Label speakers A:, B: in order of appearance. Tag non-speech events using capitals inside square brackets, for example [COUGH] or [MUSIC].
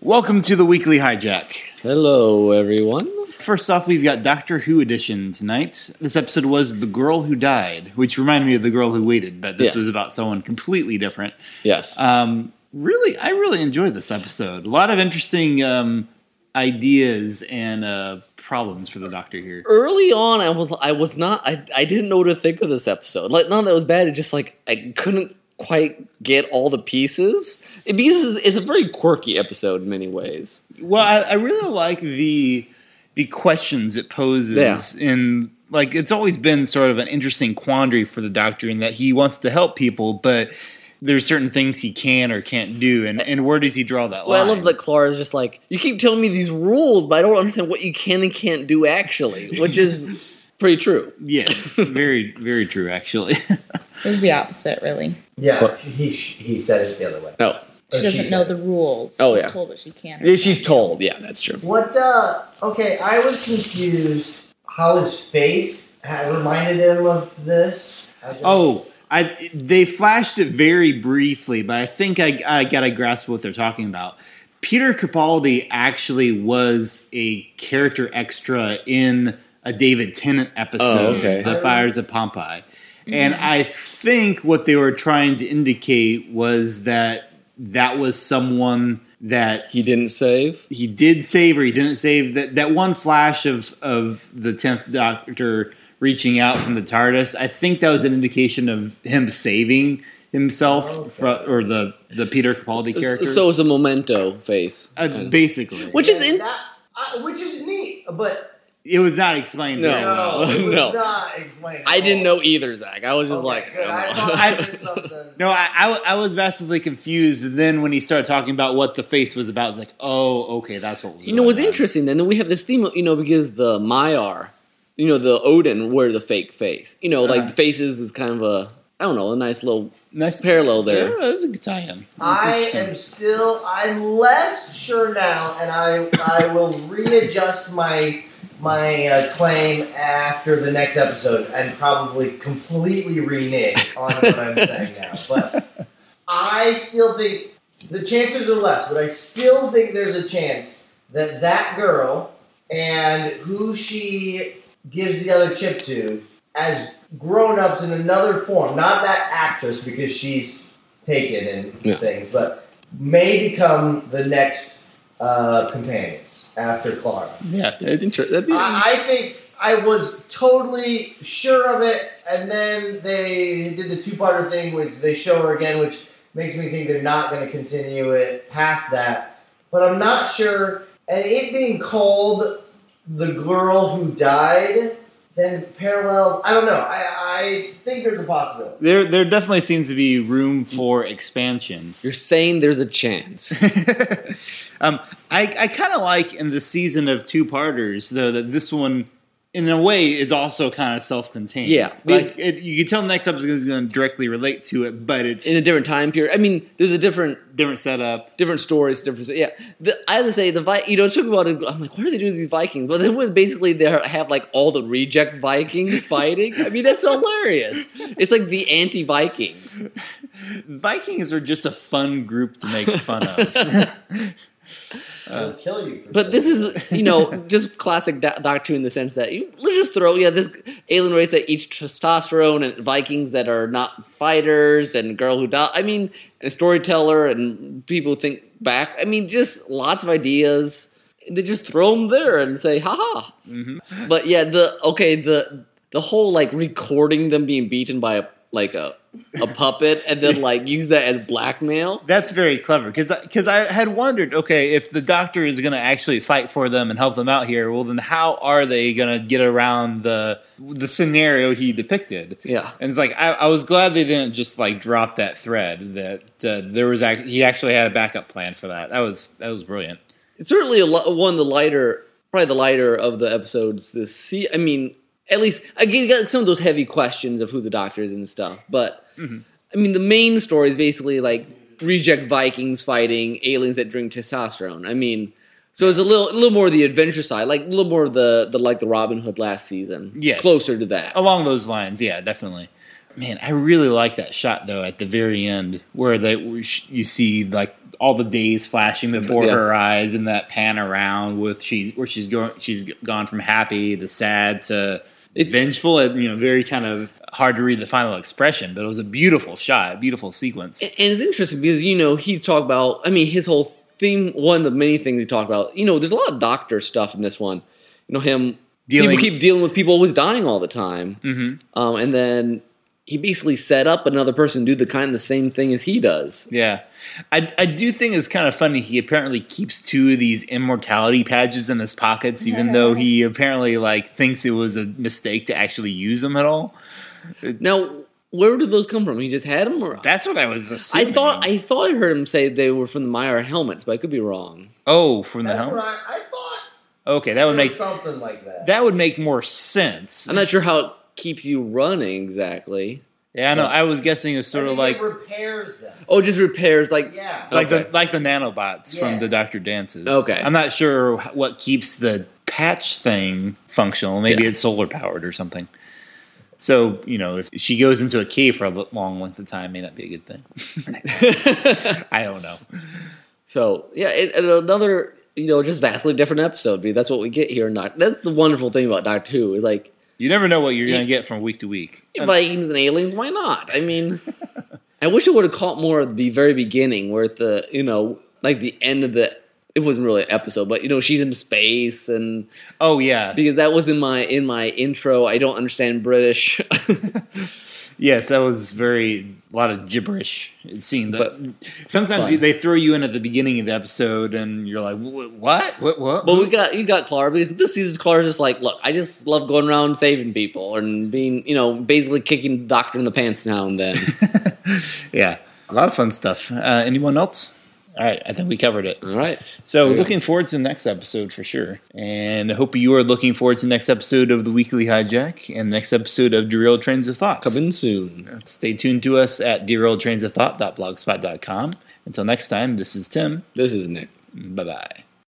A: Welcome to the weekly hijack.
B: Hello, everyone.
A: First off, we've got Doctor Who edition tonight. This episode was The Girl Who Died, which reminded me of The Girl Who Waited, but this
B: Yeah.
A: was about someone completely different.
B: Yes.
A: Um, really, I really enjoyed this episode. A lot of interesting um, ideas and uh, problems for the Doctor here.
B: Early on, I was I was not I, I didn't know what to think of this episode. Like not that it was bad. It just like I couldn't quite get all the pieces it, because it's, it's a very quirky episode in many ways.
A: Well, I, I really like the the questions it poses, and like it's always been sort of an interesting quandary for the Doctor in that he wants to help people, but there's certain things he can or can't do, and, and where does he draw that
B: Well,
A: line?
B: I love that Clara's just like you keep telling me these rules, but I don't understand what you can and can't do actually, which [LAUGHS] is pretty true. [LAUGHS]
A: Yes, very very true actually. [LAUGHS]
C: It was the opposite, really.
D: Yeah,
B: What?
D: he he said it the other way.
B: No,
C: She
D: Or
C: doesn't
D: she
C: know
D: said
C: the rules.
B: Oh,
C: She's
B: yeah.
C: told what she can.
B: Yeah, she's told. Yeah, that's true.
D: it. What? Uh, okay, I was confused. How his face had reminded him of this. I just-
A: oh, I they flashed it very briefly, but I think I I got a grasp of what they're talking about. Peter Capaldi actually was a character extra in a David Tennant episode,
B: Oh, okay.
A: The Fires of Pompeii. And I think what they were trying to indicate was that that was someone that
B: He didn't save.
A: he did save or he didn't save that that one flash of of the 10th doctor reaching out from the tardis i think that was an indication of him saving himself
D: Oh,
A: fro- or the the peter capaldi character
B: So it's a memento face.
A: uh, basically
B: Which is in-
D: That- I- which is neat, but
A: it was not explained
B: No.
A: very
D: no,
A: well
D: it was
B: No.
D: not explained.
B: I
D: at
B: didn't
D: all.
B: know either, Zach. I was just
D: Okay,
B: like,
D: good.
B: [LAUGHS]
D: I
B: I
D: thought
B: don't
D: I
B: know.
D: did something.
A: no I, I w- I was massively confused and then when he started talking about what the face was about it's like oh okay that's what was
B: You know what's
A: going on.
B: interesting then? Then we have this theme, of- you know, because the Maiar, you know, the Odin were the fake face. You know, like
A: Uh-huh.
B: the faces is kind of a, I don't know, a nice little
A: nice
B: parallel there.
A: yeah, that was a good tie-in That's
D: I
A: interesting.
D: am still. I'm less sure now, and I I will readjust my my uh, claim after the next episode, and probably completely renege on what I'm saying now. But I still think the chances are less, but I still think there's a chance that that girl and who she gives the other chip to as grown-ups in another form, not that actress because she's taken and
B: Yeah.
D: things, but may become the next uh, companions after Clara.
A: yeah it-
B: Inter- that'd be,
D: I, I think I was totally sure of it, and then they did the two-parter thing, which they show her again, which makes me think they're not going to continue it past that. But I'm not sure, and it being called the girl who died then parallels. I don't know. I, I think there's a possibility.
A: there, there definitely seems to be room for expansion.
B: you're saying there's a chance.
A: [LAUGHS] um, I, I kind of like in the season of two parters though that this one, in a way, is also kind of self-contained.
B: Yeah.
A: like it, you can tell the next episode is going to directly relate to it, but it's
B: In a different time period. I mean, there's a different
A: different setup.
B: different stories, different. Yeah, the, I have to say the Vi- you know it took me a while to. I'm like, what are they doing with these Vikings? But then when basically they have like all the reject Vikings fighting. I mean, [LAUGHS] that's hilarious. It's like the anti Vikings.
A: Vikings are just a fun group to make fun of. [LAUGHS]
D: It'll kill you. For
B: Uh. But this
D: saying
B: is you know just classic Do- Doctor Who in the sense that you let's just throw yeah this alien race that eats testosterone and Vikings that are not fighters and girl who died. I mean, and a storyteller and people who think back. I mean, just lots of ideas. They just throw them there and say, haha.
A: Mhm.
B: but yeah, the okay, the the whole like recording them being beaten by a like a a puppet and then like use that as blackmail.
A: That's very clever because because I had wondered, okay, if the doctor is going to actually fight for them and help them out here, well, then how are they going to get around the the scenario he depicted?
B: Yeah.
A: And it's like I, I was glad they didn't just like drop that thread that uh, there was act- he actually had a backup plan for that. That was that was brilliant.
B: It's certainly a lo- one of the lighter probably the lighter of the episodes this see I mean, at least again you got some of those heavy questions of who the doctor is and stuff, but I mean the main story is basically like reject Vikings fighting aliens that drink testosterone. I mean so it's a little, a little more the adventure side, like a little more of the, the like the Robin Hood last season,
A: Yes. Oh.
B: closer to that.
A: Along those lines, yeah, definitely. Man, I really like that shot though at the very end where they where sh- you see like all the days flashing before
B: Yeah.
A: her eyes and that pan around with she's where she's going she's gone from happy to sad to vengeful and you know very kind of hard to read the final expression but it was a beautiful shot a beautiful sequence
B: And and it's interesting because you know he talked about. I mean, his whole theme. One of the many things he talked about. You know, there's a lot of doctor stuff in this one. You know him.
A: Dealing-
B: people keep dealing with people always dying all the time,
A: hmm
B: um, and then he basically set up another person to do the kind of the same thing as he does.
A: Yeah, I I do think it's kind of funny. He apparently keeps two of these immortality patches in his pockets, even though he apparently like thinks it was a mistake to actually use them at all.
B: Now, where did those come from? He just had them, or
A: That's what I was
B: I
A: assuming.
B: thought I thought I heard him say they were from the Meyer helmets, but I could be wrong.
A: oh from the
D: That's what
A: helmet.
D: I, I thought.
A: Okay, that would
D: there
A: make
D: was something like that.
A: that would make more sense.
B: I'm not sure how it keeps you running exactly.
A: Yeah, I know. I was guessing it's
D: I
A: sort of
D: think
A: like
D: it repairs them.
B: Oh, just repairs like
D: Yeah.
A: like
B: Okay.
A: the like the nanobots
D: Yeah.
A: from the Doctor Dances.
B: Okay.
A: I'm not sure what keeps the patch thing functional. Maybe
B: Yeah.
A: it's solar powered or something. So you know, if she goes into a cave for a l- long length of time, may not be a good
B: [LAUGHS]
A: thing. I don't know.
B: so yeah, and, and another you know just vastly different episode. Because that's what we get here. in Doc. that's the wonderful thing about Doctor Who. is, Like
A: You never know what you're going to get from week to week.
B: Vikings and aliens. Why not? I mean, I wish it would have caught more at the very beginning, where at the you know like the end of the it wasn't really an episode, but you know she's in space and
A: Oh yeah,
B: because that was in my in my intro. I don't understand British. [LAUGHS]
A: yes, that was very a lot of gibberish. It seemed.
B: But-
A: sometimes
B: fun.
A: they throw you in at the beginning of the episode, and you're like, "Wh- "What? What? What?"
B: But we got you got Clara because this season's Clara's just like, look, I just love going around saving people and being, you know, basically kicking the doctor in the pants now and then.
A: yeah, a lot of fun stuff. Uh, anyone else? All right, I think we covered it.
B: All right.
A: So
B: Yeah.
A: looking forward to the next episode for sure, and I hope you are looking forward to the next episode of the Weekly Hijack and the next episode of Derailed Trains of Thought.
B: Coming soon.
A: Stay tuned to us at derailedtrainsofthought.blogspot.com. Until next time, this is Tim.
B: This is Nick.
A: Bye bye.